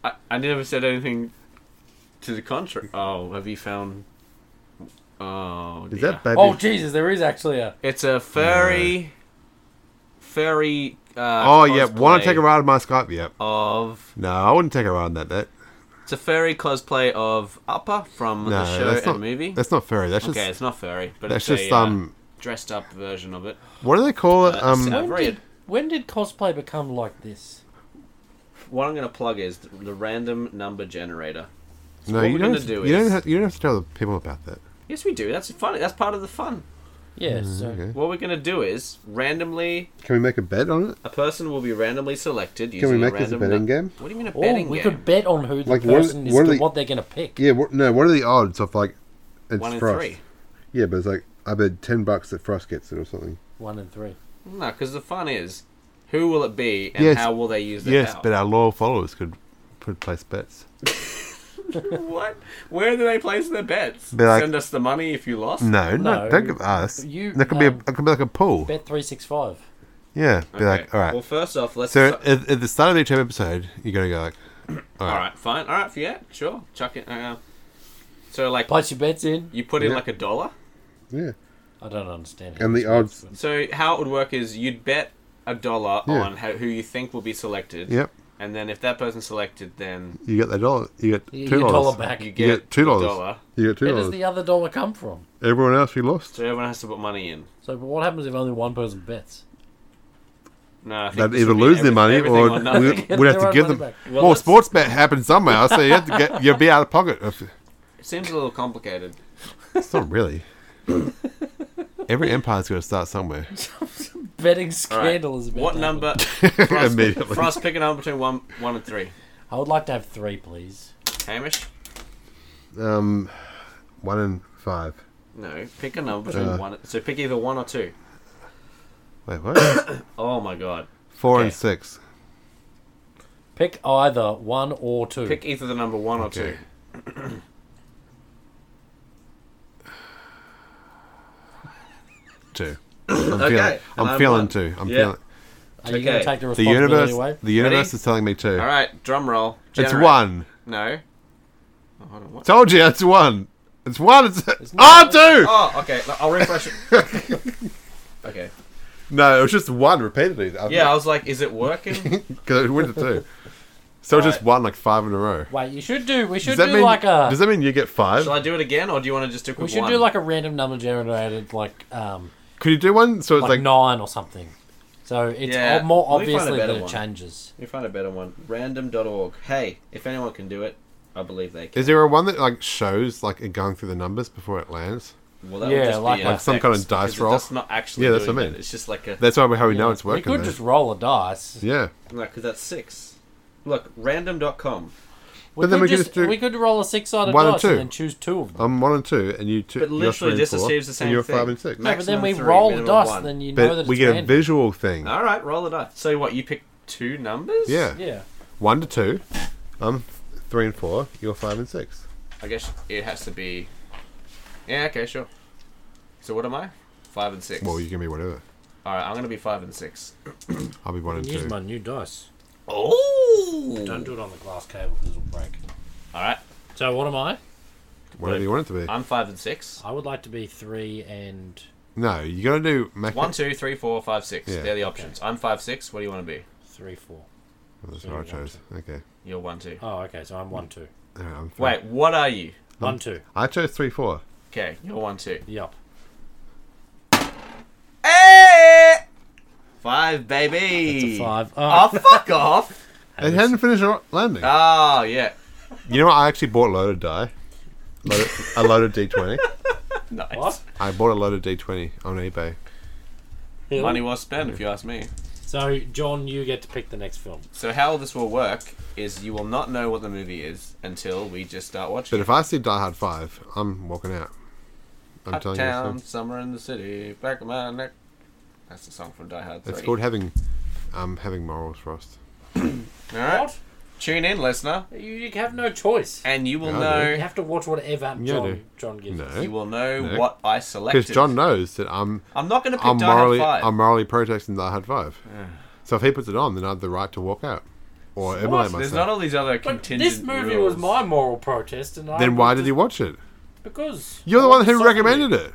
[SPEAKER 2] I, I never said anything to the contrary. Oh, have you found Oh,
[SPEAKER 1] Is
[SPEAKER 2] dear.
[SPEAKER 1] that baby?
[SPEAKER 3] Oh Jesus, there is actually a.
[SPEAKER 2] It's a furry, furry. Uh,
[SPEAKER 1] Oh, yeah. Want
[SPEAKER 2] cosplay
[SPEAKER 1] to take a ride on my Skype? Yep.
[SPEAKER 2] Of
[SPEAKER 1] No, I wouldn't take a ride on that. That
[SPEAKER 2] it's a furry cosplay of Upper from
[SPEAKER 1] no,
[SPEAKER 2] the show
[SPEAKER 1] that's
[SPEAKER 2] and
[SPEAKER 1] not
[SPEAKER 2] movie.
[SPEAKER 1] That's not furry. That's
[SPEAKER 2] okay,
[SPEAKER 1] just
[SPEAKER 2] it's not furry, but
[SPEAKER 1] that's
[SPEAKER 2] it's
[SPEAKER 1] just
[SPEAKER 2] a, uh,
[SPEAKER 1] um.
[SPEAKER 2] dressed up version of it.
[SPEAKER 1] What do they call it?
[SPEAKER 2] uh,
[SPEAKER 1] Um,
[SPEAKER 2] so-
[SPEAKER 3] When
[SPEAKER 2] Right.
[SPEAKER 3] did, when did cosplay become like this?
[SPEAKER 2] What I'm going to plug is the, the random number generator. So
[SPEAKER 1] no,
[SPEAKER 2] what
[SPEAKER 1] you
[SPEAKER 2] we're
[SPEAKER 1] don't.
[SPEAKER 2] gonna
[SPEAKER 1] have-
[SPEAKER 2] do
[SPEAKER 1] you don't
[SPEAKER 2] is-
[SPEAKER 1] have. You don't have to tell the people about that.
[SPEAKER 2] Yes, we do. That's fun. That's part of the fun.
[SPEAKER 3] Yeah, so
[SPEAKER 1] Mm, okay.
[SPEAKER 2] What we're going to do is randomly,
[SPEAKER 1] Can we make a bet on it?
[SPEAKER 2] a person will be randomly selected. Using
[SPEAKER 1] Can we make
[SPEAKER 2] a
[SPEAKER 1] this a
[SPEAKER 2] random
[SPEAKER 1] betting
[SPEAKER 2] nu-
[SPEAKER 1] game?
[SPEAKER 2] What do you mean a
[SPEAKER 3] or
[SPEAKER 2] betting
[SPEAKER 3] we
[SPEAKER 2] game?
[SPEAKER 3] could bet on who the
[SPEAKER 1] Like, what are-
[SPEAKER 3] person is,
[SPEAKER 1] what are
[SPEAKER 3] to
[SPEAKER 1] the-
[SPEAKER 3] what they're gonna pick.
[SPEAKER 1] Yeah. What, no. What are the odds of like? It's
[SPEAKER 2] One in
[SPEAKER 1] Frost.
[SPEAKER 2] three.
[SPEAKER 1] Yeah, but it's like I bet ten bucks that Frost gets it or something.
[SPEAKER 3] One and three.
[SPEAKER 2] No, because the fun is who will it be and
[SPEAKER 1] Yes.
[SPEAKER 2] how will they use their
[SPEAKER 1] Yes,
[SPEAKER 2] power?
[SPEAKER 1] but our loyal followers could put place bets.
[SPEAKER 2] What? Where do they place their bets?
[SPEAKER 1] Be like-
[SPEAKER 2] Send us the money if you lost.
[SPEAKER 1] No, no,
[SPEAKER 3] No.
[SPEAKER 1] don't give us.
[SPEAKER 3] You-
[SPEAKER 1] that could be a,
[SPEAKER 3] um,
[SPEAKER 1] that could be like a pool.
[SPEAKER 3] Bet three six five.
[SPEAKER 1] Yeah, be like, all right.
[SPEAKER 2] Well, first off, let's.
[SPEAKER 1] so at, at the start of each episode, you're gonna go like,
[SPEAKER 2] all right, fine. All right, yeah, sure. Chuck it. Uh, so like,
[SPEAKER 3] Place your bets in.
[SPEAKER 2] you put in
[SPEAKER 1] Yeah.
[SPEAKER 2] like a dollar.
[SPEAKER 1] yeah,
[SPEAKER 3] I don't understand. how
[SPEAKER 1] and
[SPEAKER 3] this
[SPEAKER 1] the odds.
[SPEAKER 3] works,
[SPEAKER 2] So how it would work is you'd bet a dollar
[SPEAKER 1] Yeah.
[SPEAKER 2] on how, who you think will be selected.
[SPEAKER 1] Yep,
[SPEAKER 2] And then if that person's selected, then
[SPEAKER 1] you get that dollar. You get
[SPEAKER 3] You get
[SPEAKER 1] two
[SPEAKER 3] your
[SPEAKER 1] dollars.
[SPEAKER 3] dollar back.
[SPEAKER 2] you get,
[SPEAKER 1] You get two
[SPEAKER 2] the
[SPEAKER 1] dollars.
[SPEAKER 2] dollar.
[SPEAKER 1] You get two
[SPEAKER 3] but Where does
[SPEAKER 1] dollars.
[SPEAKER 3] the other dollar come from?
[SPEAKER 1] Everyone else we lost.
[SPEAKER 2] So everyone has to put money in.
[SPEAKER 3] So, but what happens if only one person bets?
[SPEAKER 2] No, I think
[SPEAKER 1] They'd
[SPEAKER 2] this
[SPEAKER 1] either
[SPEAKER 2] would be
[SPEAKER 1] lose their
[SPEAKER 2] everyth-
[SPEAKER 1] money
[SPEAKER 2] everything
[SPEAKER 1] or
[SPEAKER 2] nothing.
[SPEAKER 1] we, we'd have to
[SPEAKER 3] Everyone
[SPEAKER 1] give
[SPEAKER 3] money
[SPEAKER 1] them.
[SPEAKER 3] back.
[SPEAKER 2] Well,
[SPEAKER 1] Well,
[SPEAKER 2] let's-
[SPEAKER 1] sports bet happens somewhere, so you have to get you'd be out of pocket. If-
[SPEAKER 2] it seems a little complicated.
[SPEAKER 1] It's not really. Every empire's got to start somewhere.
[SPEAKER 3] Betting
[SPEAKER 2] All right.
[SPEAKER 3] scandal is a bit.
[SPEAKER 2] What
[SPEAKER 3] different.
[SPEAKER 2] number?
[SPEAKER 1] Immediately.
[SPEAKER 2] Frost, pick a number between one, one and three.
[SPEAKER 3] I would like to have three, please.
[SPEAKER 2] Hamish.
[SPEAKER 1] Um, one and five.
[SPEAKER 2] No, pick a number between
[SPEAKER 1] Uh.
[SPEAKER 2] one. So pick either one or two.
[SPEAKER 1] Wait, what?
[SPEAKER 2] Oh my god!
[SPEAKER 1] Four
[SPEAKER 2] Okay.
[SPEAKER 1] and six.
[SPEAKER 3] Pick either one or two.
[SPEAKER 2] Pick either the number one or
[SPEAKER 1] Okay.
[SPEAKER 2] two.
[SPEAKER 1] Two. I'm
[SPEAKER 2] Okay,
[SPEAKER 1] feeling.
[SPEAKER 2] and
[SPEAKER 1] I'm,
[SPEAKER 2] I'm
[SPEAKER 1] feeling
[SPEAKER 2] one.
[SPEAKER 1] two. I'm
[SPEAKER 2] Yeah.
[SPEAKER 1] feeling.
[SPEAKER 3] Are you going
[SPEAKER 2] okay.
[SPEAKER 3] to take the
[SPEAKER 1] The
[SPEAKER 3] responsibility
[SPEAKER 1] universe.
[SPEAKER 3] away?
[SPEAKER 1] The universe
[SPEAKER 2] Ready?
[SPEAKER 1] is telling me two.
[SPEAKER 2] All right, drum roll.
[SPEAKER 1] It's
[SPEAKER 2] Generate.
[SPEAKER 1] one.
[SPEAKER 2] No. Oh, hold on. What?
[SPEAKER 1] Told you, it's one. It's one. It's,
[SPEAKER 3] not-
[SPEAKER 1] oh, two.
[SPEAKER 2] Oh, okay. no, I'll refresh it. okay.
[SPEAKER 1] No, it was just one repeatedly.
[SPEAKER 2] Yeah, I was like, is it working?
[SPEAKER 1] because it went to two. So it was just one, like five in a row.
[SPEAKER 3] Wait, you should do. We should
[SPEAKER 1] Does that
[SPEAKER 3] do
[SPEAKER 1] mean?
[SPEAKER 3] like a.
[SPEAKER 1] does that mean you get five?
[SPEAKER 2] Shall I do it again, or do you want to just do a quick
[SPEAKER 3] we should
[SPEAKER 2] one?
[SPEAKER 3] do like a random number generated, like um,
[SPEAKER 1] Could you do one? So it's
[SPEAKER 3] like,
[SPEAKER 1] like,
[SPEAKER 3] nine or something. So it's
[SPEAKER 2] Yeah,
[SPEAKER 3] ob- more
[SPEAKER 2] let me find a
[SPEAKER 3] obviously that
[SPEAKER 2] better
[SPEAKER 3] it
[SPEAKER 2] one.
[SPEAKER 3] changes.
[SPEAKER 2] You find a better one. Random.org. Hey, if anyone can do it, I believe they can.
[SPEAKER 1] is there a one that like shows like it going through the numbers before it lands?
[SPEAKER 2] Well, that
[SPEAKER 3] Yeah,
[SPEAKER 2] would just
[SPEAKER 3] like
[SPEAKER 2] be
[SPEAKER 3] a-
[SPEAKER 2] an
[SPEAKER 3] Like
[SPEAKER 1] some kind of
[SPEAKER 2] effect,
[SPEAKER 1] dice
[SPEAKER 2] because
[SPEAKER 1] roll?
[SPEAKER 2] That's not actually.
[SPEAKER 1] Yeah, that's
[SPEAKER 2] doing
[SPEAKER 1] what I mean.
[SPEAKER 2] it. It's just like a.
[SPEAKER 1] That's why we how we know it's
[SPEAKER 3] we
[SPEAKER 1] working.
[SPEAKER 3] could
[SPEAKER 1] though.
[SPEAKER 3] just roll a dice.
[SPEAKER 1] yeah.
[SPEAKER 2] No, because that's six. Look, random.com.
[SPEAKER 3] We,
[SPEAKER 1] But then
[SPEAKER 3] could
[SPEAKER 1] we could
[SPEAKER 3] just,
[SPEAKER 1] just do
[SPEAKER 3] we could roll a six-sided
[SPEAKER 1] one or
[SPEAKER 3] dice
[SPEAKER 1] two.
[SPEAKER 3] and then choose two of them.
[SPEAKER 1] I'm one and two, and you two.
[SPEAKER 2] But
[SPEAKER 1] you're
[SPEAKER 2] literally,
[SPEAKER 1] three and
[SPEAKER 2] this
[SPEAKER 1] four,
[SPEAKER 2] achieves the same
[SPEAKER 1] and you're
[SPEAKER 2] thing.
[SPEAKER 1] five and six.
[SPEAKER 2] Ma-
[SPEAKER 3] no, but
[SPEAKER 2] maximum
[SPEAKER 3] then we
[SPEAKER 2] three,
[SPEAKER 3] roll a
[SPEAKER 2] minimum
[SPEAKER 3] dice,
[SPEAKER 2] one.
[SPEAKER 3] then you know
[SPEAKER 1] But
[SPEAKER 3] that
[SPEAKER 1] we
[SPEAKER 3] it's
[SPEAKER 1] get a
[SPEAKER 3] random.
[SPEAKER 1] visual thing.
[SPEAKER 2] All right, roll the dice. So what? You pick two numbers?
[SPEAKER 1] Yeah.
[SPEAKER 3] Yeah.
[SPEAKER 1] One to two. I'm three and four. You're five and six.
[SPEAKER 2] I guess it has to be. Yeah. Okay. Sure. So what am I? Five and six.
[SPEAKER 1] Well, you can be whatever.
[SPEAKER 2] All right, I'm gonna be five and six.
[SPEAKER 1] I'll be one and
[SPEAKER 3] Use
[SPEAKER 1] two.
[SPEAKER 3] my new dice.
[SPEAKER 2] Oh.
[SPEAKER 3] Don't do it on the glass cable because it'll break.
[SPEAKER 2] All right,
[SPEAKER 3] So what am I?
[SPEAKER 1] Whatever you want it to be.
[SPEAKER 2] I'm five and six.
[SPEAKER 3] I would like to be three and
[SPEAKER 1] No, you gotta do mac-
[SPEAKER 2] One, two, three, four, five, six.
[SPEAKER 1] Yeah.
[SPEAKER 2] They're the options. I'm five, six. What do you want to be?
[SPEAKER 3] three, four.
[SPEAKER 1] Oh, that's what I chose. Okay.
[SPEAKER 2] You're one, two.
[SPEAKER 3] Oh, okay. So I'm one, two.
[SPEAKER 1] All right, I'm fine.
[SPEAKER 2] Wait, what are you?
[SPEAKER 3] One, two.
[SPEAKER 1] I chose three, four.
[SPEAKER 2] Okay, you're one, two.
[SPEAKER 3] Yup.
[SPEAKER 2] Hey! Eh! Five, baby.
[SPEAKER 3] It's a five.
[SPEAKER 2] Oh,
[SPEAKER 3] Oh,
[SPEAKER 2] fuck off.
[SPEAKER 1] It hadn't finished ro- landing.
[SPEAKER 2] Oh yeah.
[SPEAKER 1] You know what? I actually bought a loaded die. Loaded, a loaded D20.
[SPEAKER 2] Nice.
[SPEAKER 3] what?
[SPEAKER 1] I bought a loaded D20 on eBay.
[SPEAKER 3] Really?
[SPEAKER 2] Money well spent, if you ask me.
[SPEAKER 3] So, John, you get to pick the next film.
[SPEAKER 2] So how this will work is you will not know what the movie is until we just start
[SPEAKER 1] But
[SPEAKER 2] watching.
[SPEAKER 1] if I see Die Hard 5, I'm walking out. I'm telling you.
[SPEAKER 2] Uptown,
[SPEAKER 1] this now.
[SPEAKER 2] summer in the city, back of my neck. That's the song from Die Hard Three.
[SPEAKER 1] It's called having um, having morals, Frost.
[SPEAKER 2] All right, tune in, listener,
[SPEAKER 3] You, you have no choice.
[SPEAKER 2] and you will
[SPEAKER 1] Yeah, I
[SPEAKER 2] know
[SPEAKER 3] You have to watch whatever
[SPEAKER 1] Yeah, I
[SPEAKER 3] John,
[SPEAKER 1] do.
[SPEAKER 3] John gives
[SPEAKER 1] No.
[SPEAKER 3] us.
[SPEAKER 2] you will know
[SPEAKER 1] No.
[SPEAKER 2] what I
[SPEAKER 1] Because
[SPEAKER 2] selected.
[SPEAKER 1] John knows that I'm
[SPEAKER 2] I'm not going to pick
[SPEAKER 1] I'm
[SPEAKER 2] Die Hard
[SPEAKER 1] morally
[SPEAKER 2] Five.
[SPEAKER 1] I'm morally protesting Die Hard 5. So if he puts it on, then I have the right to walk out or immolate
[SPEAKER 2] There's not
[SPEAKER 1] myself.
[SPEAKER 2] all these other
[SPEAKER 3] But
[SPEAKER 2] contingent
[SPEAKER 3] this movie was
[SPEAKER 2] rules.
[SPEAKER 3] my moral protest, and I
[SPEAKER 1] Then why did he watch it?
[SPEAKER 3] Because
[SPEAKER 1] You're the
[SPEAKER 3] I
[SPEAKER 1] one
[SPEAKER 3] watched
[SPEAKER 1] who
[SPEAKER 3] Soccer
[SPEAKER 1] recommended
[SPEAKER 3] League.
[SPEAKER 1] it.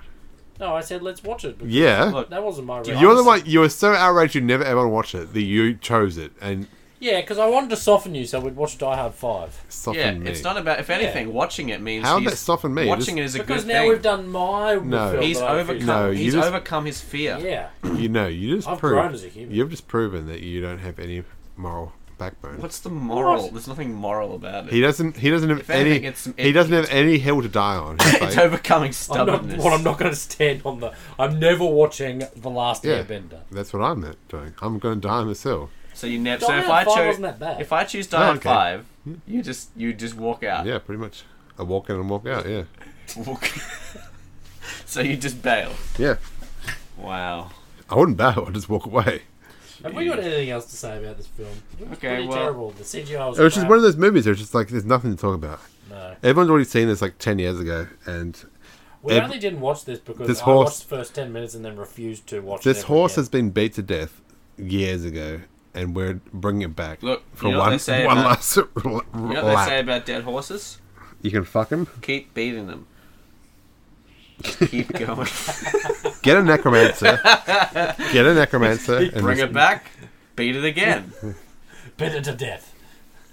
[SPEAKER 3] No, I said let's watch it. because
[SPEAKER 1] Yeah.
[SPEAKER 2] Look,
[SPEAKER 3] that wasn't my.
[SPEAKER 2] You're
[SPEAKER 1] You're
[SPEAKER 3] reaction.
[SPEAKER 1] the one. You were so outraged you never ever watched it that you chose it and
[SPEAKER 3] Yeah, because I wanted to soften you so we'd watch Die Hard Five.
[SPEAKER 1] softened
[SPEAKER 2] yeah,
[SPEAKER 1] me.
[SPEAKER 2] it's not about. If anything, watching it means
[SPEAKER 1] How did
[SPEAKER 2] he's,
[SPEAKER 1] that soften me?
[SPEAKER 2] Watching it is a
[SPEAKER 3] Because
[SPEAKER 2] good
[SPEAKER 3] now
[SPEAKER 2] thing.
[SPEAKER 3] we've done my.
[SPEAKER 1] No.
[SPEAKER 3] film
[SPEAKER 2] he's
[SPEAKER 3] that I
[SPEAKER 2] overcome.
[SPEAKER 1] No, you
[SPEAKER 2] he's
[SPEAKER 1] just-
[SPEAKER 2] overcome his fear.
[SPEAKER 3] feel- Yeah.
[SPEAKER 1] you know, you just
[SPEAKER 3] I've
[SPEAKER 1] proved,
[SPEAKER 3] grown as a human.
[SPEAKER 1] You've just proven that you don't have any moral backbone.
[SPEAKER 2] What's the moral?
[SPEAKER 3] What?
[SPEAKER 2] There's nothing moral about it.
[SPEAKER 1] He doesn't. He doesn't have
[SPEAKER 2] anything,
[SPEAKER 1] any.
[SPEAKER 2] it's some
[SPEAKER 1] he doesn't have any hill to die on. He's
[SPEAKER 2] it's
[SPEAKER 1] like,
[SPEAKER 2] overcoming
[SPEAKER 3] I'm not,
[SPEAKER 2] stubbornness.
[SPEAKER 3] what I'm not going to stand on the. I'm never watching the Last
[SPEAKER 1] Yeah.
[SPEAKER 3] Airbender.
[SPEAKER 1] That's what I'm not doing. I'm going to die on this hill.
[SPEAKER 2] So you never.
[SPEAKER 3] Die
[SPEAKER 2] So if
[SPEAKER 3] Hard
[SPEAKER 2] I
[SPEAKER 3] 5
[SPEAKER 2] choose,
[SPEAKER 3] wasn't that bad.
[SPEAKER 2] if I choose Die Hard
[SPEAKER 1] okay.
[SPEAKER 2] Five, you just you just walk out.
[SPEAKER 1] Yeah, pretty much. I walk in and walk out. Yeah,
[SPEAKER 2] Walk. so you just bail.
[SPEAKER 1] yeah.
[SPEAKER 2] Wow.
[SPEAKER 1] I wouldn't bow. I'd just walk away.
[SPEAKER 3] Have we got anything else to say about this film? It was
[SPEAKER 2] Okay,
[SPEAKER 3] pretty
[SPEAKER 2] well-
[SPEAKER 3] terrible. The CGI was.
[SPEAKER 1] It was just
[SPEAKER 3] crap.
[SPEAKER 1] one of those movies. It was just like there's nothing to talk about.
[SPEAKER 3] No.
[SPEAKER 1] Everyone's already seen this like ten years ago, and
[SPEAKER 3] We
[SPEAKER 1] Ev-
[SPEAKER 3] only didn't watch this because
[SPEAKER 1] this
[SPEAKER 3] I
[SPEAKER 1] horse-
[SPEAKER 3] watched the first ten minutes and then refused to watch. it
[SPEAKER 1] this
[SPEAKER 3] ever
[SPEAKER 1] horse
[SPEAKER 3] again.
[SPEAKER 1] has been beat to death years ago, and we're bringing it back.
[SPEAKER 2] Look,
[SPEAKER 1] for
[SPEAKER 2] you know what
[SPEAKER 1] one,
[SPEAKER 2] they say
[SPEAKER 1] one
[SPEAKER 2] about-
[SPEAKER 1] last l-
[SPEAKER 2] You know what they
[SPEAKER 1] lap.
[SPEAKER 2] say about dead horses?
[SPEAKER 1] you can fuck him.
[SPEAKER 2] Keep beating them. Just keep going.
[SPEAKER 1] Get a necromancer. Get a necromancer. and
[SPEAKER 2] Bring
[SPEAKER 1] just-
[SPEAKER 2] it back. Beat it again.
[SPEAKER 3] bitter to death.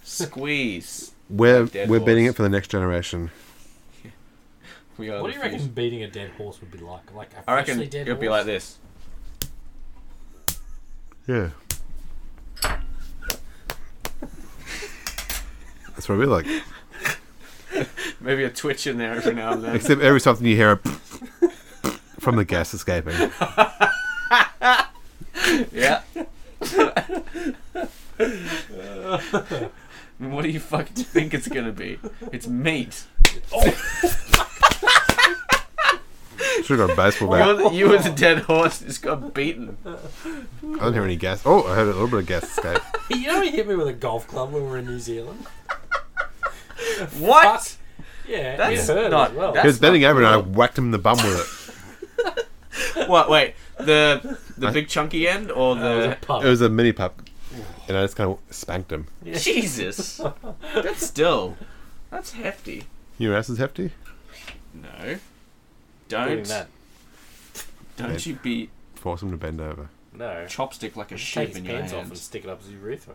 [SPEAKER 2] Squeeze.
[SPEAKER 1] We're
[SPEAKER 2] Dead
[SPEAKER 1] we're beating
[SPEAKER 2] horse.
[SPEAKER 1] it for the next generation.
[SPEAKER 2] We are
[SPEAKER 3] What
[SPEAKER 2] the
[SPEAKER 3] do you reckon
[SPEAKER 2] fuse.
[SPEAKER 3] beating a dead horse would be like? Like a
[SPEAKER 2] I reckon
[SPEAKER 3] freshly dead
[SPEAKER 2] it'll be
[SPEAKER 3] horse?
[SPEAKER 2] like this.
[SPEAKER 1] Yeah. That's what we like.
[SPEAKER 2] Maybe a twitch in there every now and then.
[SPEAKER 1] Except every something you hear a from the gas escaping.
[SPEAKER 2] yeah. what do you fucking think it's gonna be? It's meat.
[SPEAKER 1] Should have got a baseball
[SPEAKER 2] You're
[SPEAKER 1] bat.
[SPEAKER 2] the, you were the dead horse that just got beaten.
[SPEAKER 1] I don't hear any gas. Oh, I heard a little bit of gas escape.
[SPEAKER 3] You know, he hit me with a golf club when we were in New Zealand.
[SPEAKER 2] What?
[SPEAKER 3] Yeah,
[SPEAKER 2] That's
[SPEAKER 3] it hurt
[SPEAKER 2] not-
[SPEAKER 3] as well.
[SPEAKER 1] He
[SPEAKER 2] that's-
[SPEAKER 1] was bending over and I whacked him in the bum with
[SPEAKER 2] What? Wait. The the big chunky end or
[SPEAKER 3] It was a
[SPEAKER 2] the
[SPEAKER 3] pub.
[SPEAKER 1] it. It was a mini pup, and I just kind of spanked him.
[SPEAKER 2] Jesus? That's still. That's hefty.
[SPEAKER 1] Your ass is hefty.
[SPEAKER 2] No.
[SPEAKER 3] doing
[SPEAKER 2] Don't
[SPEAKER 3] that.
[SPEAKER 2] don't you be
[SPEAKER 1] Force him to bend over.
[SPEAKER 3] No.
[SPEAKER 2] chopstick like a
[SPEAKER 3] Take
[SPEAKER 2] sheep
[SPEAKER 3] his
[SPEAKER 2] in your
[SPEAKER 3] pants off and
[SPEAKER 2] hand.
[SPEAKER 3] stick it up his urethra.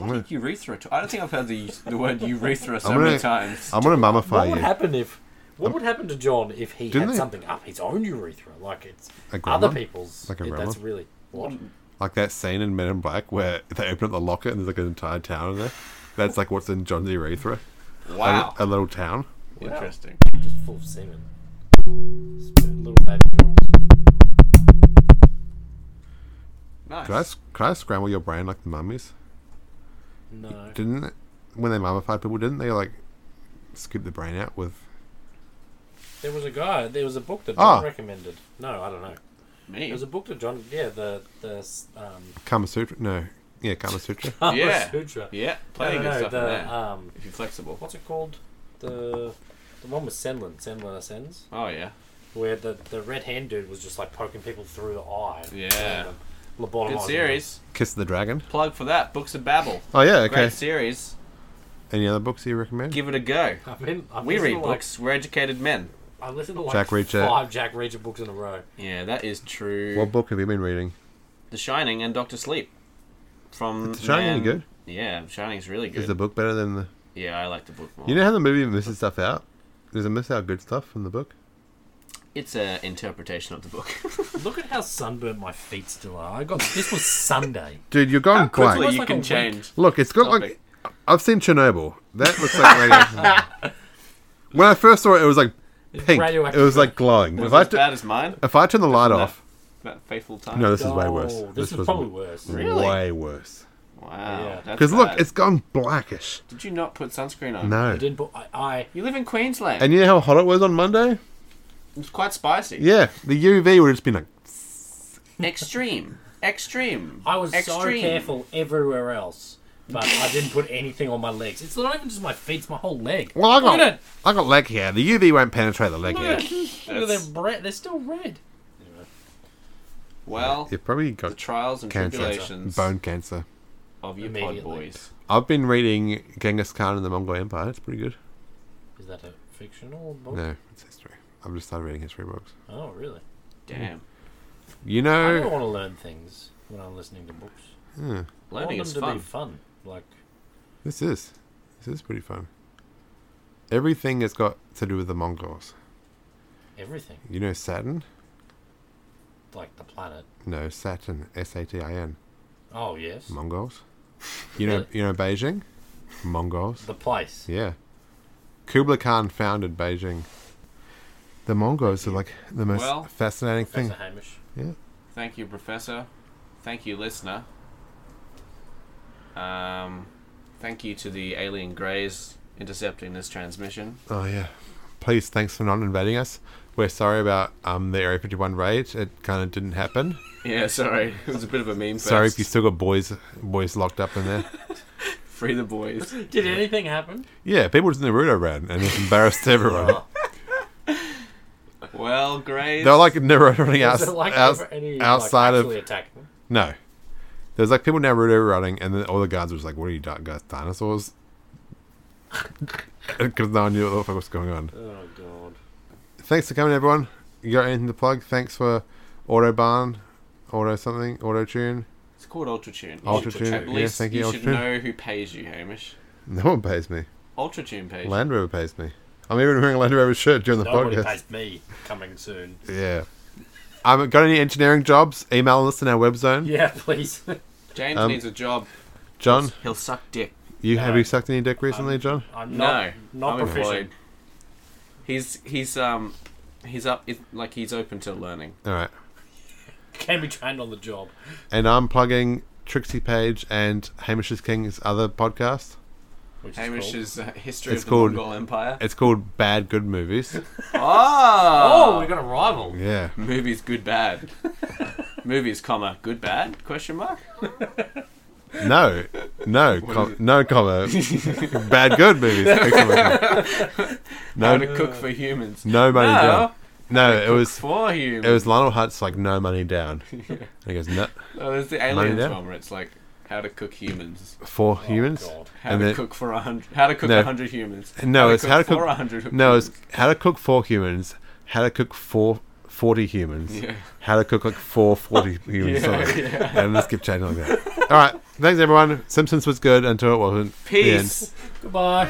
[SPEAKER 1] I'm gonna,
[SPEAKER 2] Urethra. I don't think I've heard the the word urethra so
[SPEAKER 1] I'm gonna-
[SPEAKER 2] many times.
[SPEAKER 1] I'm gonna
[SPEAKER 3] What
[SPEAKER 1] mummify
[SPEAKER 3] would
[SPEAKER 1] you.
[SPEAKER 3] happen if? What would happen to John if he
[SPEAKER 1] Um, Didn't
[SPEAKER 3] had
[SPEAKER 1] they-
[SPEAKER 3] something up his own urethra, like it's
[SPEAKER 1] A grandma?
[SPEAKER 3] other people's?
[SPEAKER 1] Like a
[SPEAKER 3] it- that's
[SPEAKER 1] grandma?
[SPEAKER 3] really what.
[SPEAKER 1] Like that scene in Men in Black where they open up the locker and there's like an entire town in there. That's like what's in John's urethra.
[SPEAKER 2] Wow.
[SPEAKER 1] A, a little town.
[SPEAKER 2] Interesting.
[SPEAKER 3] Just full of semen. Sp- Little baby John.
[SPEAKER 2] Nice.
[SPEAKER 1] Could I, s- could I scramble your brain like the mummies?
[SPEAKER 3] No.
[SPEAKER 1] Didn't when they mummified people? Didn't they like scoop the brain out with?
[SPEAKER 3] There was a guy. There was a book that
[SPEAKER 1] Ah.
[SPEAKER 3] John recommended. No, I don't know.
[SPEAKER 2] Me.
[SPEAKER 3] There was a book that John. Yeah, the the s- um.
[SPEAKER 1] Kama Sutra? No. Yeah, Kama Sutra.
[SPEAKER 3] Kama
[SPEAKER 2] Yeah.
[SPEAKER 3] Sutra.
[SPEAKER 2] Yeah.
[SPEAKER 3] No,
[SPEAKER 2] Plenty
[SPEAKER 3] no,
[SPEAKER 2] of good
[SPEAKER 3] no,
[SPEAKER 2] stuff in there.
[SPEAKER 3] the um.
[SPEAKER 2] if you're flexible.
[SPEAKER 3] What's it called? The the one with Senlin. Senlin ascends.
[SPEAKER 2] Oh yeah.
[SPEAKER 3] where the, the red hand dude was just like poking people through the eye. and
[SPEAKER 2] Yeah.
[SPEAKER 3] killing them, Lobotomizing.
[SPEAKER 2] Good
[SPEAKER 3] them.
[SPEAKER 2] series.
[SPEAKER 1] Kiss the Dragon.
[SPEAKER 2] Plug for that. Books of Babel.
[SPEAKER 1] Oh yeah. Okay.
[SPEAKER 2] Great series.
[SPEAKER 1] Any other books you recommend?
[SPEAKER 2] Give it a go.
[SPEAKER 3] I've been, I've
[SPEAKER 2] We
[SPEAKER 3] listened
[SPEAKER 2] read
[SPEAKER 3] to, like,
[SPEAKER 2] books. We're educated men.
[SPEAKER 3] I listened to like
[SPEAKER 1] Jack Reacher.
[SPEAKER 3] five Jack Reacher books in a row.
[SPEAKER 2] Yeah, that is true.
[SPEAKER 1] what book have you been reading?
[SPEAKER 2] the Shining and Doctor Sleep. From
[SPEAKER 1] The Shining
[SPEAKER 2] man-
[SPEAKER 1] good?
[SPEAKER 2] Yeah, Shining's really
[SPEAKER 1] Is the
[SPEAKER 2] good.
[SPEAKER 1] book better than the?
[SPEAKER 2] Yeah, I like the book more.
[SPEAKER 1] You know how the movie misses stuff out. Does it miss out good stuff from the book?
[SPEAKER 2] it's a interpretation of the book.
[SPEAKER 3] Look at how sunburnt my feet still are. I got this was Sunday.
[SPEAKER 1] Dude, you're going
[SPEAKER 2] Oh, Quickly,
[SPEAKER 1] blank.
[SPEAKER 2] you
[SPEAKER 3] like a
[SPEAKER 2] can
[SPEAKER 3] week.
[SPEAKER 2] change.
[SPEAKER 1] Look, it's got
[SPEAKER 2] Topic.
[SPEAKER 1] like I've seen Chernobyl. That looks like radiation. when I first saw it, it was like pink. It
[SPEAKER 3] radioactive.
[SPEAKER 1] was like glowing. If
[SPEAKER 2] Was it
[SPEAKER 1] I,
[SPEAKER 2] as
[SPEAKER 1] tu-
[SPEAKER 2] bad as mine?
[SPEAKER 1] if I turn the light
[SPEAKER 2] that-
[SPEAKER 1] off,
[SPEAKER 2] That faithful time.
[SPEAKER 1] no, this is way worse.
[SPEAKER 3] Oh, This, was
[SPEAKER 1] was
[SPEAKER 3] probably worse.
[SPEAKER 2] Really?
[SPEAKER 1] way worse.
[SPEAKER 2] Wow.
[SPEAKER 3] Yeah.
[SPEAKER 2] that's
[SPEAKER 1] Because look,
[SPEAKER 2] bad.
[SPEAKER 1] it's gone blackish.
[SPEAKER 2] Did you not put sunscreen on?
[SPEAKER 3] I
[SPEAKER 1] No.
[SPEAKER 3] didn't. But I, I
[SPEAKER 2] You live in Queensland.
[SPEAKER 1] And you know how hot it was on Monday?
[SPEAKER 2] it's quite spicy.
[SPEAKER 1] Yeah, the UV would have just been like,
[SPEAKER 2] Extreme. Extreme.
[SPEAKER 3] I was so
[SPEAKER 2] Extreme.
[SPEAKER 3] careful everywhere else, but I didn't put anything on my legs. It's not even just my feet; it's my whole leg.
[SPEAKER 1] well, I
[SPEAKER 3] Look
[SPEAKER 1] got,
[SPEAKER 3] at it.
[SPEAKER 1] I got leg hair. The UV won't penetrate the leg
[SPEAKER 3] Look
[SPEAKER 1] hair.
[SPEAKER 3] at it. Look at
[SPEAKER 2] That's-
[SPEAKER 3] them bre- They're still red.
[SPEAKER 2] Well,
[SPEAKER 1] You probably
[SPEAKER 2] the
[SPEAKER 1] got
[SPEAKER 2] trials and
[SPEAKER 1] cancer,
[SPEAKER 2] tribulations
[SPEAKER 1] bone cancer.
[SPEAKER 2] of your pod
[SPEAKER 3] Immediately.
[SPEAKER 2] boys.
[SPEAKER 1] I've been reading Genghis Khan and the Mongol Empire. It's pretty good.
[SPEAKER 3] Is that a fictional book?
[SPEAKER 1] No, it's history. I'm just started reading history books.
[SPEAKER 3] Oh, really? Mm.
[SPEAKER 2] Damn.
[SPEAKER 1] You
[SPEAKER 3] I don't
[SPEAKER 1] know,
[SPEAKER 3] want to learn things when I'm listening to books.
[SPEAKER 1] yeah,
[SPEAKER 2] Learning
[SPEAKER 3] I want
[SPEAKER 2] is
[SPEAKER 3] them to
[SPEAKER 2] fun.
[SPEAKER 3] be fun. Like,
[SPEAKER 1] this is this is pretty fun. Everything has got to do with the Mongols.
[SPEAKER 3] everything.
[SPEAKER 1] You know Saturn?
[SPEAKER 3] Like the planet.
[SPEAKER 1] No, Saturn. S A T I N.
[SPEAKER 3] Oh, yes.
[SPEAKER 1] Mongols. You know,
[SPEAKER 3] Really?
[SPEAKER 1] you know Beijing. Mongols.
[SPEAKER 3] The place.
[SPEAKER 1] Yeah. Kublai Khan founded Beijing. The Mongols are like the most
[SPEAKER 2] Well,
[SPEAKER 1] fascinating
[SPEAKER 3] Professor
[SPEAKER 1] thing.
[SPEAKER 3] Hamish.
[SPEAKER 2] Thank you, Professor. Thank you, listener. Um, thank you to the alien greys intercepting this transmission.
[SPEAKER 1] Oh yeah. Please, thanks for not invading us. We're sorry about um, the Area 51 raid. It kind of didn't happen.
[SPEAKER 2] Yeah, sorry. It was a bit of a meme fest.
[SPEAKER 1] Sorry if you still got boys boys locked up in there.
[SPEAKER 2] Free the boys.
[SPEAKER 3] Did anything happen?
[SPEAKER 1] yeah, people just Naruto ran and it embarrassed everyone.
[SPEAKER 3] Oh,
[SPEAKER 2] Well, greys.
[SPEAKER 1] They're like Naruto running out,
[SPEAKER 3] was there, like,
[SPEAKER 1] out-
[SPEAKER 3] ever any,
[SPEAKER 1] outside
[SPEAKER 3] like,
[SPEAKER 1] of
[SPEAKER 3] actually attacking?
[SPEAKER 1] no. There's like people Naruto running, and then all the guards were just like, "What are you di- guys, dinosaurs?" Because no one knew what the fuck was going on.
[SPEAKER 3] Oh, God.
[SPEAKER 1] thanks for coming, everyone. You got anything to plug? Thanks for Autobahn, Auto something, Auto Tune.
[SPEAKER 2] It's called Ultratune.
[SPEAKER 1] Ultra Tune,
[SPEAKER 2] At
[SPEAKER 1] yeah,
[SPEAKER 2] least
[SPEAKER 1] thank
[SPEAKER 2] you
[SPEAKER 1] you,
[SPEAKER 2] should
[SPEAKER 1] Ultra Tune.
[SPEAKER 2] know who pays you, Hamish.
[SPEAKER 1] No one pays me.
[SPEAKER 2] Ultratune pays you.
[SPEAKER 1] Land Rover pays me. I'm even wearing a Land Rover shirt during the
[SPEAKER 3] Nobody
[SPEAKER 1] podcast.
[SPEAKER 3] pays me coming soon.
[SPEAKER 1] Yeah. Um, got any engineering jobs? Email us in our web zone.
[SPEAKER 3] Yeah, please.
[SPEAKER 2] James
[SPEAKER 1] Um,
[SPEAKER 2] needs a job.
[SPEAKER 1] John,
[SPEAKER 2] He'll suck dick.
[SPEAKER 1] you have
[SPEAKER 3] No.
[SPEAKER 1] you sucked any dick recently, John?
[SPEAKER 3] I'm
[SPEAKER 2] No,
[SPEAKER 3] not, not
[SPEAKER 2] I'm
[SPEAKER 3] proficient.
[SPEAKER 2] employed. He's he's um he's up it, like he's open to learning.
[SPEAKER 1] All right.
[SPEAKER 3] Can be trained on the job.
[SPEAKER 1] And I'm plugging Trixie Page and Hamish's King's other podcast.
[SPEAKER 3] Which is called-
[SPEAKER 2] Hamish's uh, history
[SPEAKER 1] It's
[SPEAKER 2] of the
[SPEAKER 1] called-
[SPEAKER 2] Mongol Empire.
[SPEAKER 1] It's called Bad Good Movies.
[SPEAKER 2] Oh,
[SPEAKER 3] Oh, we got a rival.
[SPEAKER 1] yeah.
[SPEAKER 2] movies good bad. movies comma good bad question mark.
[SPEAKER 1] No, no, com- no comma. Bad good movies. Exclamation.
[SPEAKER 2] How
[SPEAKER 1] no,
[SPEAKER 2] to cook for humans.
[SPEAKER 1] no money down. No, it was
[SPEAKER 2] for humans.
[SPEAKER 1] it was Lionel Hutz like no money down. And he goes no
[SPEAKER 2] oh, there's the
[SPEAKER 1] Money
[SPEAKER 2] aliens
[SPEAKER 1] down.
[SPEAKER 2] one where it's like how to cook humans.
[SPEAKER 1] for humans.
[SPEAKER 3] God.
[SPEAKER 2] How
[SPEAKER 1] And
[SPEAKER 2] to
[SPEAKER 1] then-
[SPEAKER 2] cook for a hundred. How to cook a
[SPEAKER 1] No.
[SPEAKER 2] hundred humans.
[SPEAKER 1] No, it's how to cook-
[SPEAKER 2] for a hundred.
[SPEAKER 1] No, it's how to cook for humans. How to cook for forty humans.
[SPEAKER 2] Yeah.
[SPEAKER 1] How to cook like for forty humans.
[SPEAKER 2] Yeah,
[SPEAKER 1] something. And let's keep changing like that. All right, thanks everyone. Simpsons was good until it wasn't. The end.
[SPEAKER 2] peace.
[SPEAKER 3] Goodbye.